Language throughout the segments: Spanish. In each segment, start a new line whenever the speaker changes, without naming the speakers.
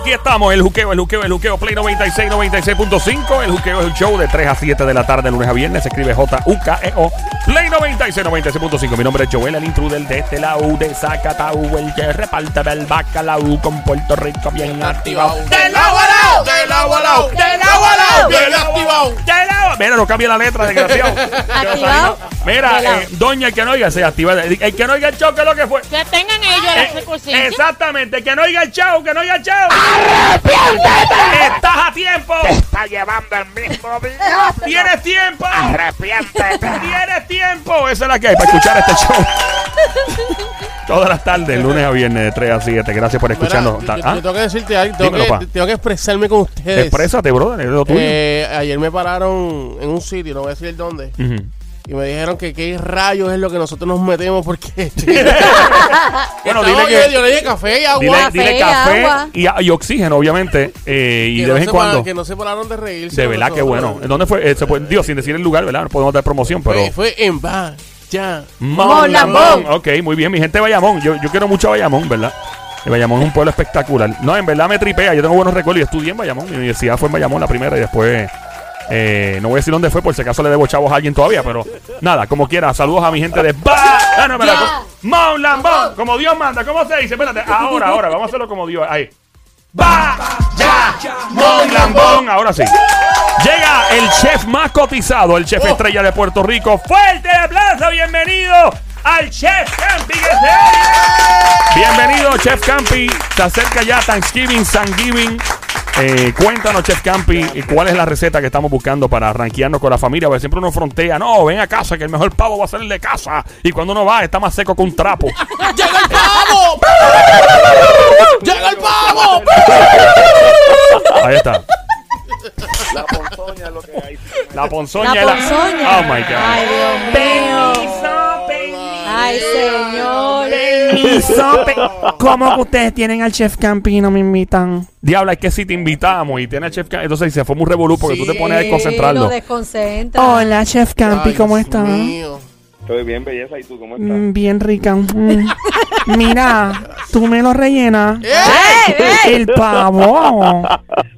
aquí estamos, el juqueo, el juqueo, el juqueo, Play 96, 96.5. El juqueo es el show de 3 a 7 de la tarde, lunes a viernes. Se escribe J-U-K-E-O, E Play 96, 96.5. Mi nombre es Joel, el intruder de este lado, de Zacatau, el que reparte el bacalao con Puerto Rico bien activado.
Del lado a lado, del lado a lado, del lado a lado, bien activado.
Del lado- Mira, no cambia la letra, desgraciado.
Activado.
Mira,
Del lado.
eh, doña, el que no oiga, se activa. El que no oiga el show, que es lo que fue.
Que tengan ellos
Eh,
la recursión.
exactamente, el que no oiga el chao, que no oiga el chao. ¡Estás a tiempo!
está llevando el mismo día.
¡Tienes tiempo!
Arrepiéntete.
¡Tienes tiempo! Esa es la que hay para escuchar este show. Todas las tardes, lunes a viernes, de 3 a 7. Gracias por escucharnos.
Mira, yo-
¿Ah?
yo tengo que decirte algo, tengo,
Dímelo, pa.
que, tengo que expresarme con ustedes.
Exprésate, brother, es lo tuyo.
Eh, ayer me pararon en un sitio, no voy a decir dónde,
Ujú.
y me dijeron que qué rayos es lo que nosotros nos metemos porque...
Bueno,
No,
dile
yo-
que.
Yo le dije café y agua.
Dile,
Café,
dile café
agua.
y, y oxígeno, obviamente. eh, y
Que
de
no
vez en
se
cuando.
pa- Que no se pararon de reírse.
De verdad, que bueno. ¿Dónde fue? Eh, se puede- Dios, sin decir el lugar, ¿verdad? No podemos dar promoción, pero.
Pues Fue, fue en va, ya.
Mon
Lamón.
Ok, muy bien, mi gente de Bayamón. Yo, yo quiero mucho a Bayamón, ¿verdad? Eh, Bayamón es un pueblo espectacular. No, en verdad me tripea. Yo tengo buenos recuerdos. Yo estudié en Bayamón. Mi universidad fue en Bayamón la primera y después. eh, no voy a decir dónde fue, por si acaso le debo chavos a alguien todavía, pero nada, como quiera. Saludos a mi gente de Ba- Ah, no, espera,
Ya.
como- Mon Lambón, como Dios manda, ¿cómo se dice? Espérate, ahora, ahora, vamos a hacerlo como Dios. Ahí. ¡Va! ¡Ya! ¡Mon Lambón! Ahora sí. Llega el chef más cotizado, el chef
Oh.
estrella de Puerto Rico. ¡Fuerte el aplauso! ¡Bienvenido al Chef Campi! que se- Bienvenido, Chef Campi. Se acerca ya Thanksgiving, Thanksgiving. Eh, cuéntanos, Chef Campi, eh, cuál es la receta que estamos buscando para rankearnos con la familia. Porque siempre uno frontea. No, ven a casa, que el mejor pavo va a ser el de casa. Y cuando uno va, está más seco que un trapo.
¡Llega el pavo! ¡Llega el pavo!
Ahí está.
La ponzoña es lo que hay.
La ponzoña.
La
y la-
ponzoña.
Oh, my God.
Ay, Dios mío. Ay, señores.
¿Cómo que ustedes tienen al Chef Campi y no me invitan? Diabla, es que si te invitamos y tiene al Chef Campi, entonces se fue muy revolú porque tú te pones a
Sí, Lo
desconcentrarlo.
desconcentra.
Hola, Chef Campi,
Ay,
¿cómo
Dios
estás?
mío.
Estoy bien, belleza. ¿Y tú cómo estás?
Mm, Bien rica. Mm. Mira, tú me lo rellenas.
¡Eh!
¡Ey, ey!
El pavo.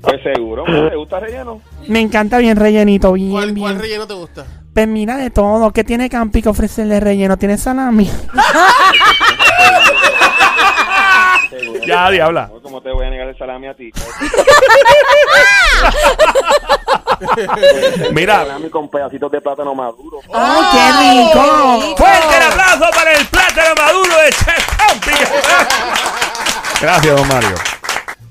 Pues seguro, mano, ¿te gusta relleno?
Me encanta bien rellenito, bien,
¿Cuál,
bien.
cuál relleno te gusta?
Pues mira de todo. ¿Qué tiene Campi que ofrecerle relleno? ¿Tiene salami?
Seguro.
Ya, diabla.
No, ¿Cómo te voy a negar el salami a ti?
Mira,
Salami con pedacitos de plátano maduro.
¡Oh, qué rico!
fuerte el aplauso para el plátano maduro de Chef Campi. Gracias, don Mario.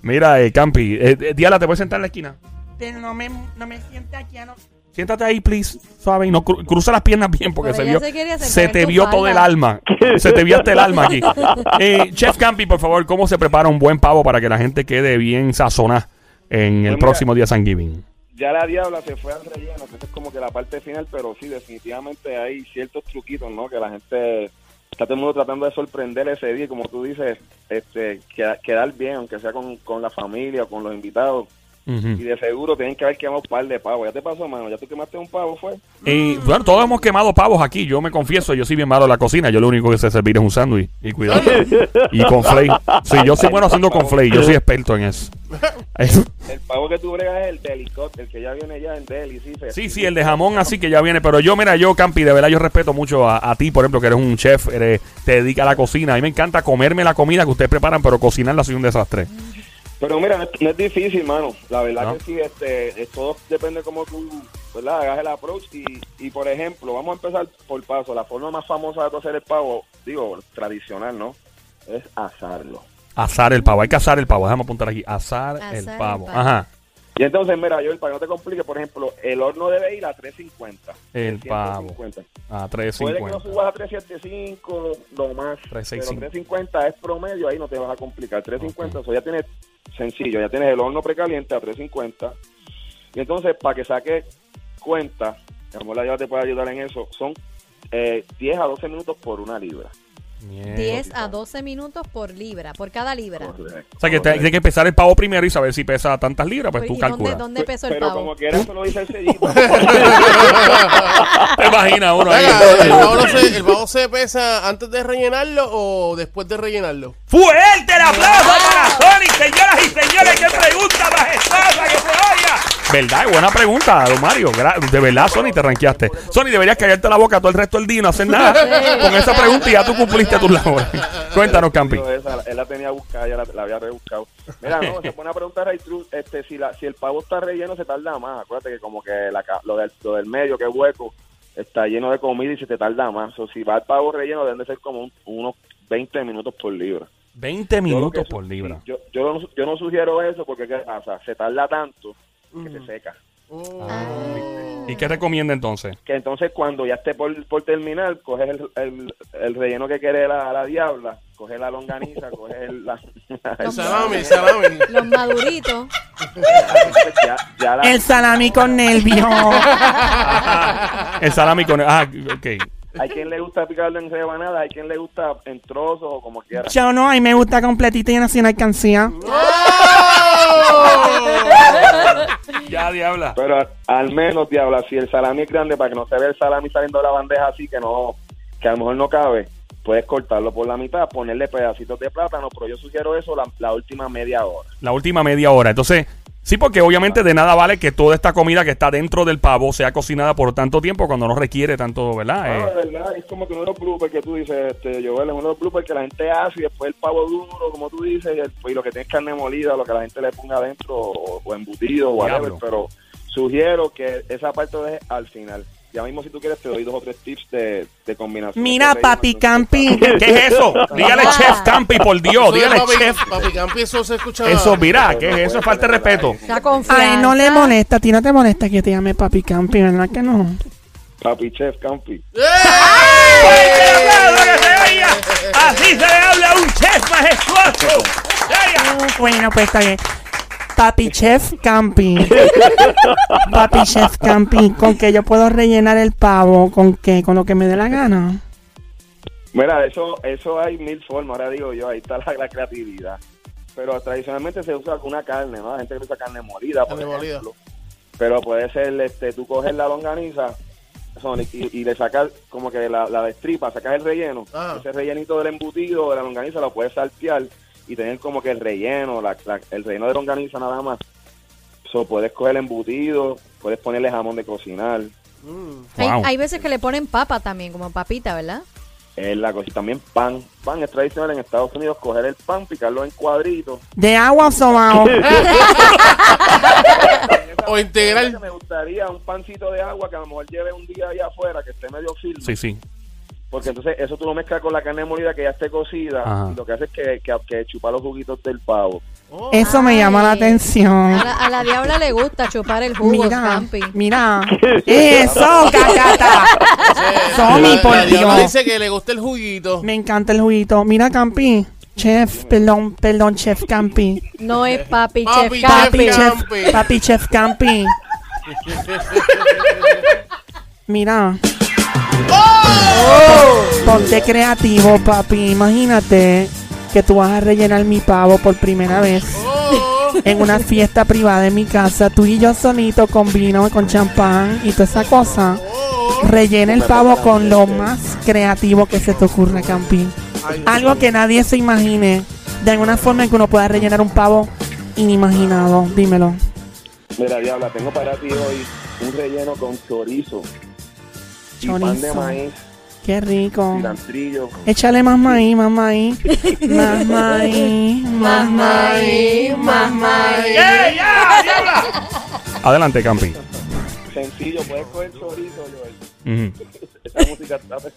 Mira, eh, Campi, eh, eh, Diabla, ¿te puedes sentar en la esquina?
Pero no me, no me siente aquí a no.
Siéntate ahí, please, suave, y no cru- cruza las piernas bien porque
Pero
se
ella
vio.
se quería sentar
Se
en
te
tu
vio todo
falda.
el alma. Se te vio hasta el alma aquí. Eh, Chef Campi, por favor, ¿cómo se prepara un buen pavo para que la gente quede bien sazonada en el
mira.
próximo día Thanksgiving?
Ya la diabla se fue al relleno, que eso es como que la parte final, pero sí, definitivamente hay ciertos truquitos, ¿no? Que la gente está todo el mundo tratando de sorprender ese día, y como tú dices, este, queda- quedar bien, aunque sea con, con la familia o con los invitados. Y
Ujú.
de seguro tienen que haber quemado un par de pavos. ¿Ya te pasó, mano? ¿Ya tú quemaste un pavo, fue?
Eh, bueno, todos hemos quemado pavos aquí. Yo me confieso, yo soy bien malo en la cocina. Yo lo único que sé servir es un sándwich. Y cuidado. Y con flay. Sí, yo soy bueno haciendo con flay. Yo soy experto en eso.
El pavo que tú bregas es el de helicóptero, el que ya viene ya en deli, sí. se-
Sí, sí, el de jamón así que ya viene. Pero yo, mira, yo, Campi, de verdad yo respeto mucho a, a ti, por ejemplo, que eres un chef, eres- te dedicas a la cocina. A mí me encanta comerme la comida que ustedes preparan, pero cocinarla soy un desastre.
Pero mira, no es, no es difícil, mano. La verdad
No.
que sí, este, es- todo depende cómo tú, ¿verdad? Hagas el approach. Y, y, por ejemplo, vamos a empezar por paso. La forma más famosa de tú hacer el pavo, digo, tradicional, ¿no? Es asarlo.
Azar el pavo, hay que azar el pavo. Déjame apuntar aquí. Azar,
Azar
el
el
pavo.
pavo.
Ajá.
Y entonces, mira, yo, para que no te complique, por ejemplo, el horno debe ir a 350.
El pavo.
350.
A
Puede que no
350.
subas a 375, lo más.
365.
Pero 350 es promedio, ahí no te vas a complicar. 350, eso ya tienes sencillo, ya tienes el horno precaliente a 350. Y entonces, para que saques cuenta, a lo mejor la llave te puede ayudar en eso, son eh, 10 a 12 minutos por una libra.
Mierda.
10 a 12 minutos por libra, por cada libra. Pues,
Correcto.
O sea, que te-
Correcto.
hay que pesar el pavo primero y saber si pesa tantas libras, pues
Pero,
tú
¿Y dónde,
calculas.
dónde pesó el
Pero
pavo?
como quiera, eso lo dice el sellito.
Te imaginas uno ahí.
Venga, ¿el pavo se- ¿El pavo se pesa antes de rellenarlo o después de rellenarlo?
¡Fuerte el aplauso para
Ah.
Sony, señoras y señores! ¡Qué pregunta majestuosa que se oiga! ¿Verdad? Buena pregunta, don Mario. Gra- De verdad, Sony, te ranqueaste. Sony, deberías callarte la boca todo el resto del día y no hacer nada. Con esa pregunta y ya tú cumpliste tus labores. Cuéntanos, Campi.
Esa, él la tenía buscada, ya la, la había rebuscado. Mira, no, se pone a preguntar Ray Cruz, este, si, la, si el pavo está relleno se tarda más. Acuérdate que como que la, ca- lo, del, lo del medio, que es hueco, está lleno de comida y se te tarda más. O si va el pavo relleno deben de ser como un- unos 20 minutos por libra.
20
Yo lo
minutos
que su-
por libra.
Yo, yo, no, yo no sugiero eso porque ¿qué pasa? se tarda tanto que se seca.
¿Y qué recomienda entonces?
Que entonces cuando ya esté por, por terminar, coges el, el, el relleno que quiere la, la diabla, coges la longaniza, coges el- la...
Los
Salami, salami.
Los maduritos.
ya, ya la-
El salami con nervio.
El salami con... Ah, ok.
Hay quien le gusta picarlo en rebanada, hay quien le gusta en trozos o como quiera.
Yo no, a mí me gusta completito y en así una alcancía.
Ya, diabla.
Pero al- al menos, diabla, si el salami es grande, para que no se vea el salami saliendo de la bandeja así, que no que a lo mejor no cabe, puedes cortarlo por la mitad, ponerle pedacitos de plátano, pero yo sugiero eso la, la última media hora.
la última media hora. Entonces, sí, porque obviamente de nada vale que toda esta comida que está dentro del pavo sea cocinada por tanto tiempo cuando no requiere tanto,
No,
¿verdad? Eh,
Ah, de verdad, es como que uno de los bloopers que tú dices, este, Joel, es uno de los bloopers que la gente hace y después el pavo duro, como tú dices, y, el- y lo que tiene es carne molida, lo que la gente le ponga adentro o, o embutido o whatever,
Diablo.
pero sugiero que esa parte lo dejes al final. Ya mismo si tú quieres te doy dos o tres tips de, de combinación.
Mira, papi campi.
¿Qué es eso? Dígale
Ah.
chef Campi, por Dios,
Eso de
dígale
papi,
chef.
Papi Campi, eso se escucha.
Eso, mira, ¿qué es eso? Es falta de respeto.
La confianza.
Ay, no le molesta, a ti no te molesta que yo te llame papi campi, ¿verdad que no?
Papi Chef Campi.
Así se le habla a un chef majestuoso.
Uh, Bueno, pues está bien. Papi Chef Campi. Papi Chef Campi. Con que yo puedo rellenar el pavo. Con que, con lo que me dé la gana.
Mira, eso, eso hay mil formas, ahora digo yo, ahí está la, la creatividad. Pero tradicionalmente se usa alguna carne, ¿no? La gente usa carne molida, por
Carne molida.
ejemplo. Pero puede ser, este, tú coges la longaniza Sonic, y, y le sacas como que la, la destripa, sacas el relleno.
Ah.
Ese rellenito del embutido de la longaniza lo puedes saltear y tener como que el relleno, la- la- el relleno de longaniza nada más. So, puedes coger el embutido, puedes ponerle jamón de cocinar.
Hay,
Wow.
hay veces que le ponen papa también, como papita, ¿verdad?
Es la cosa. Y también pan. Pan es tradicional en Estados Unidos coger el pan, picarlo en cuadritos.
De agua o sobao.
O integral.
Me gustaría un pancito de agua que a lo mejor lleve un día allá afuera, que esté medio firme.
Sí, sí.
Porque entonces eso tú lo mezclas con la carne molida que ya esté cocida.
Ajá.
Y lo que hace es que, que, que chupa los juguitos del pavo.
Eso me llama la
Ay.
atención.
A la, a la diabla le gusta chupar el jugo,
Mira,
Campi.
mira. Eso, cacata. Somi,
La-
por
la diabla
Dios.
dice que le gusta el juguito.
Me encanta el juguito. Mira, Campi. Chef, perdón, perdón, Chef Campi.
No es papi,
Papi,
chef
chef,
Campi.
Papi Chef,
Campi.
papi chef Campi. Mira.
¡Oh!
Ponte creativo, papi. Imagínate que tú vas a rellenar mi pavo por primera vez
Oh,
en una fiesta privada en mi casa, tú y yo solito con vino, con champán y toda esa cosa. Rellena el pavo con lo más creativo que se te ocurra, Campi. Algo que nadie se imagine. De alguna forma en que uno pueda rellenar un pavo inimaginado. Dímelo.
Mira, Diabla, tengo para ti hoy un relleno con chorizo. Y pan de
Chorizo.
maíz,
Qué rico.
cilantrillo.
Échale más maíz, más maíz. Más maíz, más maíz, más maíz.
Adelante, Campi.
Sencillo, puedes coger chorizo, Joel.
Ujú.
Esa música está...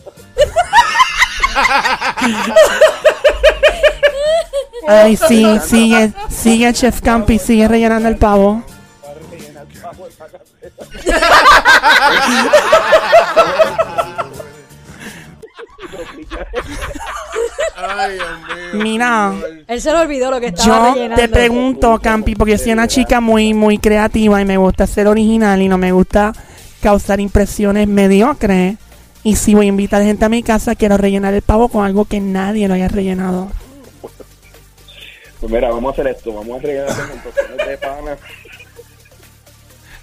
Pues
Ay, sí, sigue, sigue Chef Campi, sigue rellenando el pavo.
ay, Dios mío.
Mira,
Él se le olvidó lo que estaba
yo
rellenando.
te pregunto, Campi, porque yo soy una chica muy, muy creativa y me gusta ser original y no me gusta causar impresiones mediocres. Y si voy a invitar gente a mi casa, quiero rellenar el pavo con algo que nadie lo haya rellenado.
Pues mira, vamos a hacer esto, vamos a regalar con tostones de pana.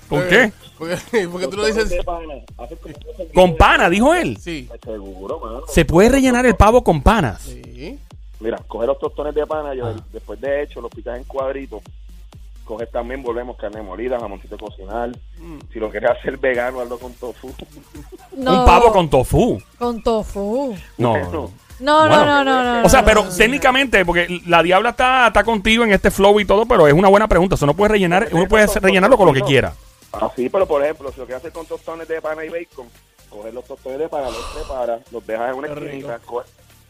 ¿Con qué?
Porque, porque tú lo
tostones
dices.
de pana. Haces como una semilla.
Con pana, dijo él.
Sí.
Seguro, mano.
Se puede rellenar el pavo con panas.
Sí.
Mira, coge los tostones de pana,
Ah.
yo, después de hecho los picas en cuadritos. Coges también, volvemos, carne molida, jamoncito de cocinar.
Mm.
Si lo quieres hacer vegano, hazlo con tofu.
Un pavo con tofu.
Con tofu.
No.
Bueno,
Oh, No,
Bueno.
no, no, no, no, no.
O sea,
no,
pero
no, no.
técnicamente, porque la diabla está, está contigo en este flow y todo, pero es una buena pregunta. Eso no puede rellenar, uno puede hacer- rellenarlo con lo que quiera.
Así, pero por ejemplo, si lo quieres hacer con tostones de pana y bacon, coges los tostones de pana, los preparas, los dejas en una
Qué rico.
esquinita, co-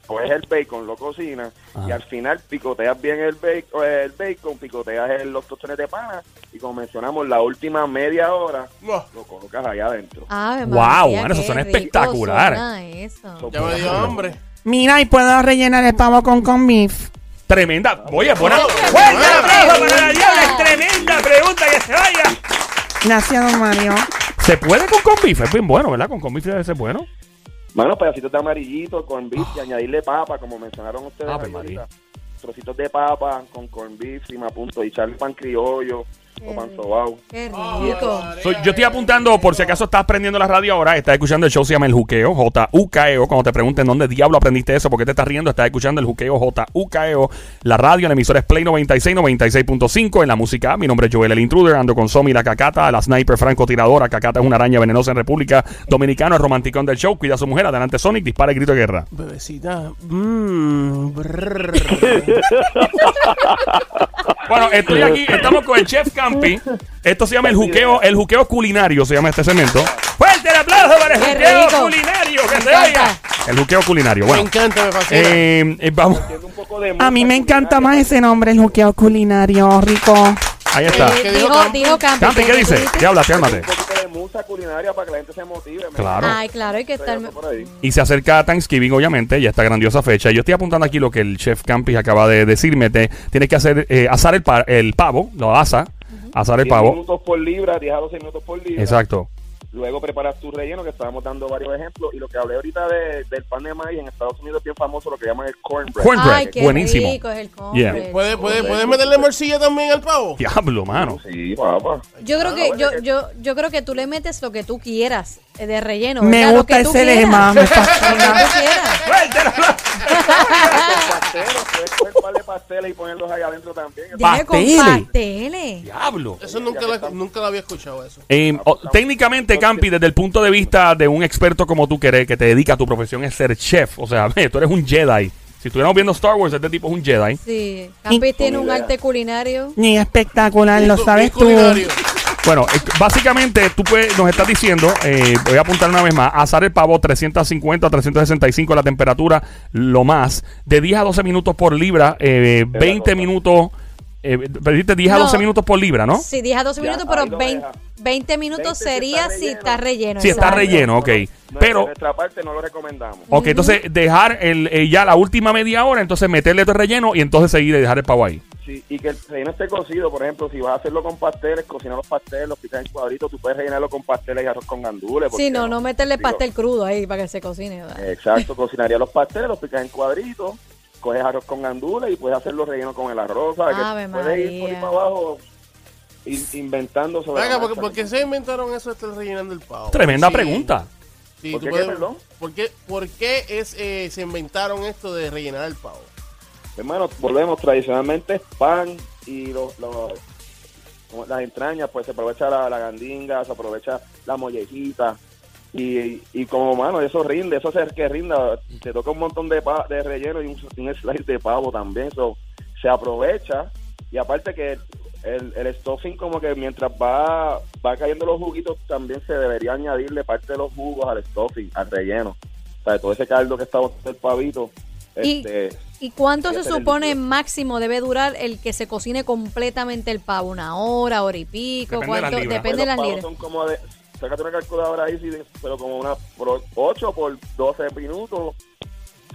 coges el bacon, lo cocinas
Ajá.
y al final picoteas bien el bacon, el bacon picoteas el- los tostones de pana y como mencionamos, la última media hora
Buah,
lo colocas allá adentro.
Ave
Wow,
María,
bueno, eso
qué
suena
rico
espectacular.
suena eso.
Ya me dio hambre.
Mira, y puedo rellenar el pavo con con beef.
Tremenda. Oye, buena.
Bueno,
¡Fuerte
bueno.
aplauso para la diabla! ¡Es tremenda pregunta que se vaya!
Gracias, don Mario.
Se puede con con bife, es bien bueno, ¿verdad? Con con bife debe ser bueno.
Bueno, pedacitos de amarillito, corn beef y añadirle papa, como mencionaron ustedes.
Ave
ahí
Ah, pues, María.
ahorita. Trocitos de papa con corn beef, y me apunto, y echarle pan criollo o pan sobao.
Qué rico.
So, yo estoy apuntando, por si acaso estás prendiendo la radio ahora, estás escuchando el show, se llama El Juqueo, J-U-K-E-O. E Cuando te pregunten dónde diablo aprendiste eso, por qué te estás riendo, estás escuchando El Juqueo, J-U-K-E-O. E La radio, la emisora es Play 96, 96.5. En la música, mi nombre es Joel, el intruder, ando con Somi, la cacata, la sniper francotiradora. Cacata es una araña venenosa en República Dominicana, es romanticón del show, cuida a su mujer, adelante Sonic, dispara el grito de guerra.
Bebecita. Mmm. brrr.
Bueno, estoy aquí, estamos con el chef Campi. Esto se llama el juqueo, el juqueo culinario, se llama este segmento. Fuerte el aplauso para el
Qué
juqueo
rico.
culinario, que
Me
se
encanta.
oiga. El juqueo culinario,
Me
bueno.
encanta, me fascina.
eh, eh, vamos,
Haciendo un poco de
A mí me
masa
encanta
culinaria.
más ese nombre, el juqueo culinario, rico.
ahí está.
Eh,
¿Qué dijo
dijo,
Campi?
dijo Campi.
Campi, ¿qué
tú
dice?
dijiste?
Te habla, te
un
álmate.
poquito de musa culinaria para que la gente se motive. me
Claro.
encanta.
Ay, claro, hay que estar.
Regazo por ahí.
Y se acerca Thanksgiving, obviamente, y esta grandiosa fecha. Yo estoy apuntando aquí lo que el chef Campi acaba de decirme. Te, tienes que hacer, eh, asar el, pa- el pavo, lo asa, asar el
10
pavo.
minutos por libra, 10 a 12 minutos por libra.
Exacto.
Luego preparas tu relleno, que estábamos dando varios ejemplos. Y lo que hablé ahorita de- del pan de maíz en Estados Unidos es bien famoso, lo que llaman el cornbread.
Ay,
Cornbread,
qué
buenísimo.
rico es el
Yeah.
cornbread.
¿Puedes, puedes, ¿Puedes meterle morcilla también al pavo?
Diablo, mano.
Sí, papá.
Yo creo que
bueno,
yo, yo, yo creo que tú le metes lo que tú quieras eh, de relleno.
Me
¿verdad? Lo
gusta
que tú
ese
quieras.
lema, me
Lo que
fascina.
tú quieras.
Fuerte el aplauso.
Pasteles, puedes coger un par de pasteles y ponerlos ahí adentro también.
Dile con
Pasteles.
pasteles.
Diablo.
Eso nunca lo, nunca lo había escuchado, eso.
Eh, o- técnicamente, Campi, desde el punto de vista de un experto como tú que, eres, que te dedica a tu profesión es ser chef. O sea, tú eres un Jedi. Si estuviéramos viendo Star Wars, este tipo es un Jedi.
Sí. Campi tiene un
idea.
arte culinario.
Ni espectacular, Ah, lo
Bien
sabes tú.
culinario.
Bueno, eh, básicamente tú puedes- nos estás diciendo, eh, voy a apuntar una vez más, asar el pavo 350 365 la temperatura, lo más, de 10 a 12 minutos por libra, eh, 20 minutos, eh, perdiste 10 a
No.
12 minutos por libra, ¿no?
Sí, 10 a 12
Ya,
minutos,
ahí
pero
lo
20,
deja.
20 minutos
20
sería si está relleno.
Si está
exacto.
relleno, ok.
No, De
Pero, Oh.
nuestra parte no lo recomendamos.
ok, entonces dejar el, eh, ya la última media hora, entonces meterle todo el relleno y entonces seguir y dejar el pavo ahí.
Sí, y que el relleno esté cocido, por ejemplo, si vas a hacerlo con pasteles, cocinar los pasteles, los picas en cuadritos, tú puedes rellenarlo con pasteles y arroz con gandules.
Sí, no, no meterle
Digo,
pastel crudo ahí para que se cocine. ¿verdad?
Exacto, cocinaría los pasteles, los picas en cuadritos, coges arroz con gandules y puedes hacerlo relleno con el arroz, ¿sabes?
Ave
que puedes ir por ahí
María.
para abajo in- inventando sobre
Venga,
la
¿por,
marcha.
por qué se inventaron eso de estar rellenando el pavo?
Tremenda
Sí,
pregunta.
sí,
¿Por
tú
qué qué,
puedes-
perdón?
¿Por qué, por qué es, eh, se inventaron esto de rellenar el pavo?
Hermano, volvemos tradicionalmente es pan y los, los- como las entrañas, pues se aprovecha la, la gandinga, se aprovecha la mollejita. Y, y como, mano, eso rinde, eso hace que rinda. Te toca un montón de, pa- de relleno y un, un slice de pavo también. So, se aprovecha. Y aparte que el, el stuffing como que mientras va, va cayendo los juguitos, también se debería añadirle parte de los jugos al stuffing, al relleno. O sea, todo ese caldo que está botando el pavito.
Y-
este,
¿Y cuánto
Sí,
se
ese es el
supone
líquido.
máximo debe durar el que se cocine completamente el pavo? ¿Una hora, hora y pico?
Depende de las
¿Cuánto?
libras.
Depende de
Bueno,
las
pavos
libras.
Son como de, sácate una calculadora ahí, sí, de- pero como una por 8 por 12 minutos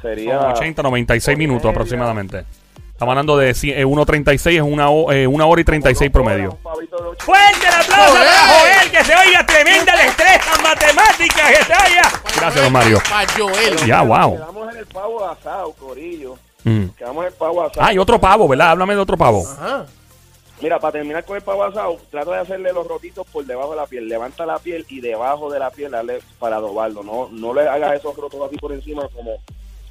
sería
Son 80, 96
Por
minutos
media.
aproximadamente. Estamos hablando de cien- eh, 1.36, es una, ho- eh, una hora y 36 promedio.
Un pavito de ocho.
¡Fuerte el aplauso
¡Joel!
para Joel! ¡Que se oiga tremenda destreza matemática! ¡Que se oiga! Gracias, don Mario.
Para Joel.
Ya, wow.
Quedamos en el pavo asado, corillo.
Mm.
Quedamos en el pavo asado.
Ah, y otro pavo, ¿verdad? Háblame de otro pavo.
Ajá.
Mira, para terminar con el pavo asado, trata de hacerle los rotitos por debajo de la piel. Levanta la piel y debajo de la piel dale para adobarlo. No, no le hagas esos rotos así por encima como,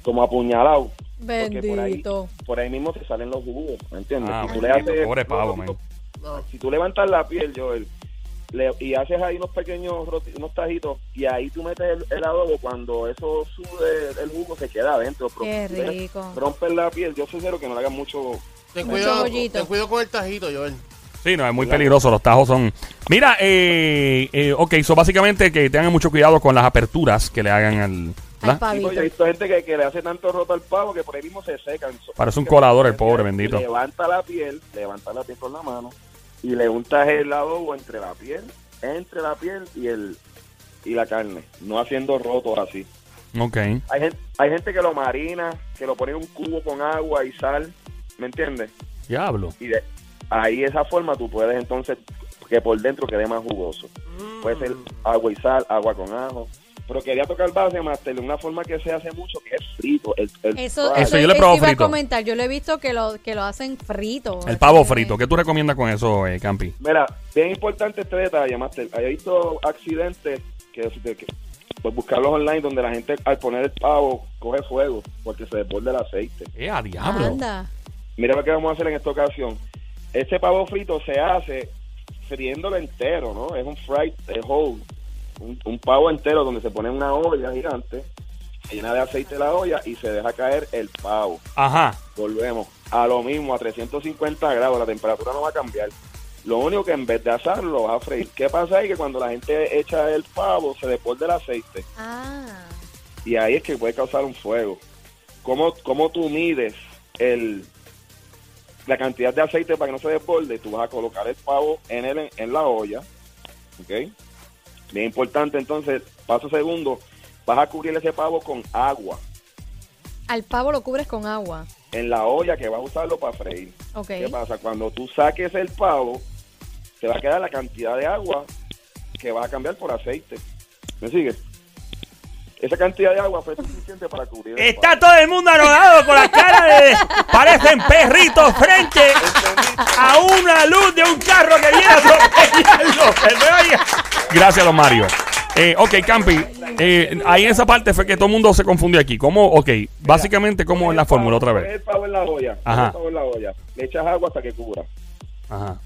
como apuñalado. porque por ahí-
Bendito.
Por ahí mismo te salen los jugos, ¿me entiendes?
Ah,
Si tú le
bendito,
haces
pobre
los
pavo,
rotitos-
No.
Si tú levantas la piel, Joel, le- y haces ahí unos pequeños roti- unos tajitos, y ahí tú metes el, el adobo, cuando eso sube el jugo, se queda adentro.
Qué
Pero-
rico.
Romper la piel, yo sincero que no le hagan mucho
Ten
Mucho
cuidado,
bollito.
ten cuidado con el tajito, Joel.
Sí, no, es muy peligroso, los tajos son... Mira, eh, eh, ok, eso básicamente que tengan mucho cuidado con las aperturas que le hagan al...
Al
¿verdad?
Sí,
pavito.
porque pues, he visto gente que, que le hace tanto roto al pavo que por ahí mismo se secan.
Parece un colador el pobre, bendito.
Levanta la piel, levanta la piel con la mano y le untas el adobo entre la piel, entre la piel y el y la carne, no haciendo rotos así.
Ok.
Hay gente, hay gente que lo marina, que lo pone en un cubo con agua y sal, ¿me entiendes?
Diablo.
Y de ahí esa forma tú puedes entonces que por dentro quede más jugoso. Puede ser agua y sal, agua con ajo. Pero quería tocar base, Master, de una forma que se hace mucho, que es frito. El, el
Eso,
fry.
Eso
eso
yo le he
es-
probado
iba
frito.
a comentar. Yo lo he visto que lo, que lo hacen frito.
El pavo frito. ¿Qué tú recomiendas con eso, eh, Campi?
Mira, bien importante este detalle, Master. He visto accidentes que, de que- pues buscarlos online donde la gente al poner el pavo coge fuego porque se desborda el aceite.
¡Eh, a diablo!
Anda.
Mira lo que vamos a hacer en esta ocasión. Este pavo frito se hace friéndolo entero, ¿no? Es un fried eh, whole, un, un pavo entero donde se pone en una olla gigante, se llena de aceite la olla y se deja caer el pavo.
Ajá.
Volvemos a lo mismo, a 350 grados, la temperatura no va a cambiar. Lo único que en vez de asarlo, lo vas a freír. ¿Qué pasa ahí? Que cuando la gente echa el pavo, se desborda el aceite
Ah.
y ahí es que puede causar un fuego. ¿Cómo, cómo tú mides el, la cantidad de aceite para que no se desborde? Tú vas a colocar el pavo en, el, en la olla, ¿ok? Bien importante, entonces, paso segundo, vas a cubrir ese pavo con agua
Al pavo lo cubres con agua.
en la olla que vas a usarlo para freír.
Ok.
¿Qué pasa? Cuando tú saques el pavo, te va a quedar la cantidad de agua que vas a cambiar por aceite. ¿Me sigues? Esa cantidad de agua fue suficiente para cubrir el pavo.
Está todo el mundo anonadado con la cara de. Parecen perritos frente a una luz de un carro que viene atropellando. Se me oye. Gracias, don Mario. Eh, ok, Campi, eh, ahí en esa parte fue que todo el mundo se confundió aquí. ¿Cómo? Ok, básicamente, ¿cómo es la fórmula otra
Pones
vez?
el pavo en la olla.
Ajá.
pones el pavo en la olla. Le echas agua hasta que cubra.
Ajá.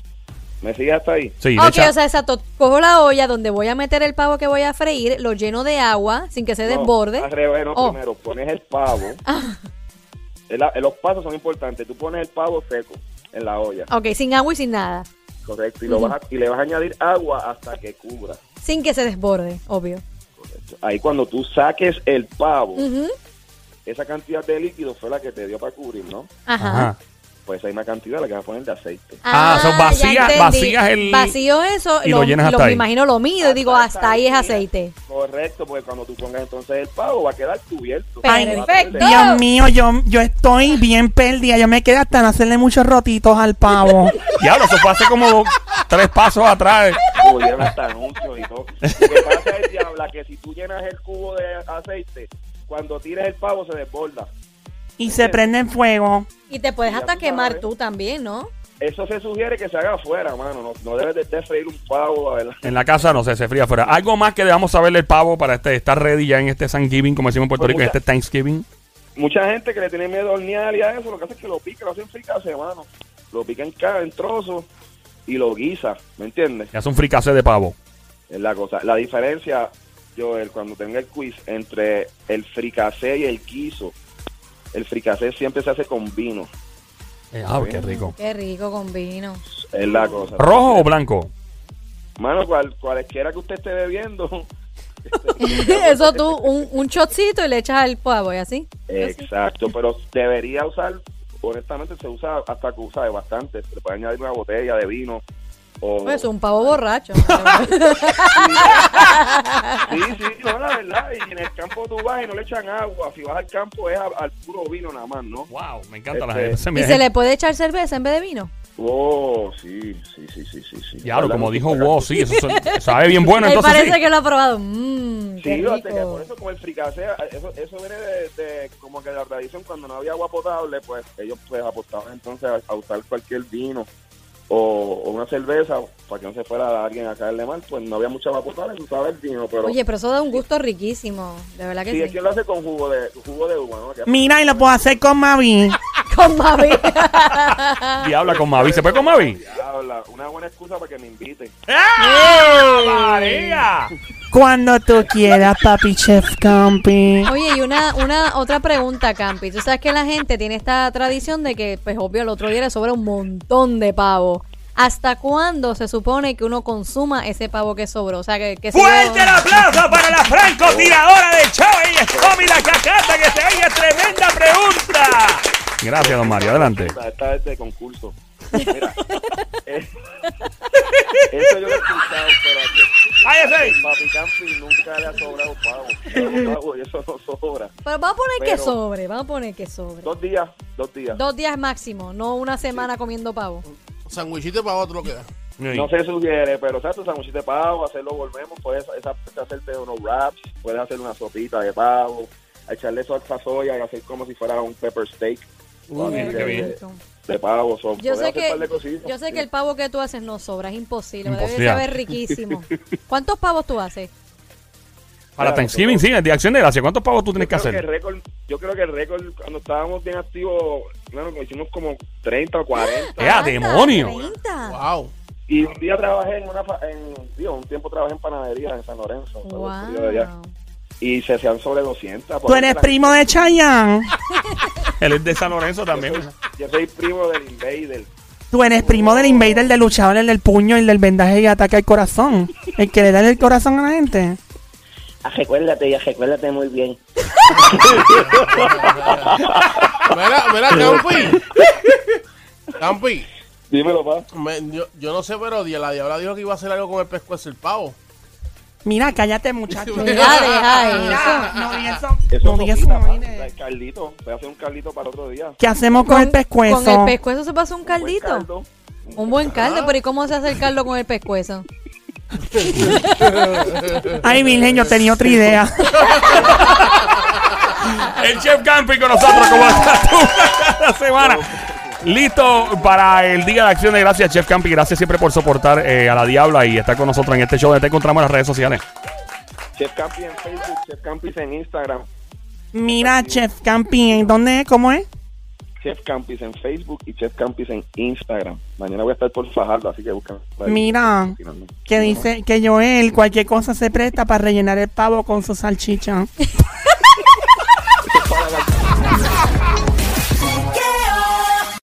¿Me sigues hasta ahí?
Sí, le
ok,
echa-
o sea, exacto. Cojo la olla donde voy a meter el pavo que voy a freír, lo lleno de agua sin que se
No,
desborde.
al revés, no,
Oh. Ah.
primero pones el pavo. En la- en los pasos son importantes. Tú pones el pavo seco en la olla,
Ok, sin agua y sin nada.
correcto, y, lo vas a- y le vas a añadir agua hasta que cubra.
Sin que se desborde, obvio.
Ahí cuando tú saques el pavo,
Ujú.
esa cantidad de líquido fue la que te dio para cubrir, ¿no?
Ajá.
Ajá.
Pues esa misma cantidad la que vas a poner de aceite.
Ah, son
ya
vacías-
entendí.
vacías el-
Vacío eso.
y lo llenas hasta ahí.
Me imagino lo mido y digo, hasta ahí es aceite.
Correcto, porque cuando tú pongas entonces el pavo va a quedar cubierto.
Ay,
Perfecto.
Dios mío, yo, yo estoy bien perdida. Yo me quedé hasta en hacerle muchos rotitos al pavo.
Diablo, eso fue hace como tres pasos atrás. eh,
Tuvieron hasta anuncios y todo. Lo que pasa es, Diabla, que si tú llenas el cubo de aceite, cuando tires el pavo se desborda.
Y se prende en fuego.
Y te puedes
Ya
hasta
tú
quemar
sabes.
tú también, ¿no?
Eso se sugiere que se haga afuera, mano. No, no debes de, de freír un pavo, la ¿verdad?
En la casa no sé, se fría afuera. Algo más que debamos saberle el pavo para este, estar ready ya en este Thanksgiving, como decimos en Puerto
Pues
Rico, en
mucha-
este Thanksgiving.
Mucha gente que le tiene miedo a hornear y a eso, lo que hace es que lo pica, lo hacen fricarse, mano. Lo pica en, ca- en trozos y lo guisa, ¿me entiendes?
Ya es un fricase de pavo.
Es la cosa. La diferencia, Joel, cuando tenga el quiz, entre el fricasé y el guiso. El fricasé siempre se hace con vino.
Eh, ah, qué rico.
Qué rico con vino.
Es la cosa.
¿Rojo o blanco?
Mano, cual, cualquiera que usted esté bebiendo. este,
Eso tú, un, un shotcito y le echas al pavo y así.
Exacto, pero debería usar, honestamente se usa hasta que usa de bastante. Se le puede añadir una botella de vino O,
Pues un pavo borracho.
Sí, sí, no, la verdad. Y en el campo tú vas y no le echan agua. Si vas al campo es a- al puro vino nada más, ¿no?
Wow, me encanta la
Este,
gente. Esa es mi
¿Y se
gente.
le puede echar cerveza en vez de vino?
Oh, sí, sí, sí, sí, sí. sí.
Diablo,
La
como
verdad,
dijo Wow, sí, eso son- sabe bien bueno,
Él
entonces
parece
sí.
que lo ha probado. Mmm,
Sí,
qué
lo hace que por
rico.
eso como el fricase, eso, eso viene de, de como que la tradición cuando no había agua potable, pues ellos pues apostaban entonces a, a usar cualquier vino o, o una cerveza para que no se fuera a alguien a caerle mal, pues no había mucha agua potable, se usaba el vino, pero
Oye, pero eso da un gusto riquísimo. De verdad que
sí, es
sí.
que lo hace con jugo de jugo de uva, ¿no? Que-
Mira, y lo puedo hacer con Mavi.
Con Mavi.
Diabla con Mavi. ¿Se puede con Mavi?
Diabla, una buena excusa para que me inviten.
¡Ah, María!
Cuando tú quieras, papi chef campi.
Oye, y una, una otra pregunta, Campi. Tú sabes que la gente tiene esta tradición de que, pues obvio, el otro día le sobra un montón de pavo. ¿Hasta cuándo se supone que uno consuma ese pavo que sobró? O sea, que, que si yo-
¡Fuerte el aplauso para la francotiradora del show! ¡Ella es Tommy la cacata que se oye tremenda pregunta! Gracias, don Mario. Adelante.
Esta, esta es de este concurso. Mira, eh, eso yo lo he escuchado, pero aquí-
¡Ahí estoy!
Papi Campi nunca le ha sobrado pavo. Pavo, y eso no sobra.
Pero vamos a poner que
Pero-
sobre, vamos a poner que sobre.
Dos días, dos días.
Dos días máximo, no una semana comiendo pavo.
Sandwichito para otro que da.
No se sugiere, pero o sea, tu sanguchito de pavo, hacerlo volvemos, puedes, esa- puedes hacerte unos wraps, puedes hacer una sopita de pavo, echarle salsa soya y hacer como si fuera un pepper steak.
Uy,
de,
qué bien.
de- de pavo, son.
Yo
puedes
sé,
hacer
que,
par de cositas.
yo sé que el pavo que tú haces no sobra, es imposible.
Imposible.
Debe saber riquísimo. ¿Cuántos pavos tú haces?
Para Thanksgiving, sí, el de Acción de Gracia. ¿Cuántos pagos tú tienes que
Yo creo el
hacer?
récord, yo creo que el récord, cuando estábamos bien activos, bueno, como hicimos como 30 o 40.
¡Ea,
Anda,
demonio!
30.
Wow.
Y un día trabajé en una. fa- En, digo, un tiempo trabajé en panadería en San Lorenzo. en Pueblo Frío de allá,
Wow.
Y se hacían sobre 200.
Tú eres
La-
primo de Chayanne.
Él es de San Lorenzo también.
Yo soy, yo soy primo del Invader.
Tú eres primo del invader, del luchador, el del puño, el del vendaje y ataca el corazón. El que le da el corazón a la gente.
Recuérdate y recuérdate muy bien.
Mira, mira, Campi. Campi.
Dímelo, pa.
me- yo, yo no sé, pero di- la diabla dijo que iba a hacer algo con el pescuezo el pavo.
Mira, cállate, muchacho.
Mira, deja
Mira, no digas eso.
Eso
No
no
digas
quita,
eso,
pa.
mire.
El Carlito. Voy a hacer un Carlito para otro día. Pues,
¿Qué hacemos con, el pescuezo?
Con el pescuezo se pasa un
buen
caldito.
caldo. Ah.
Un buen caldo, pero ¿y cómo se hace el caldo con el pescuezo?
Ay, Virgen, yo tenía otra idea.
El Chef Campi con nosotros, como estás tú la semana. Listo para el Día de Acción de Gracias, Chef Campi. Gracias siempre por soportar eh, a la Diabla y estar con nosotros en este show. Te encontramos en las redes sociales.
Chef Campi en Facebook, Chef Campis en Instagram,
Mira, Chef Campi, ¿en ¿dónde es? ¿Cómo es?
Chef Campis en Facebook y Chef Campis en Instagram. Mañana voy a estar por Fajardo, así que buscan.
Mira, que dice que Joel cualquier cosa se presta para rellenar el pavo con su salchicha.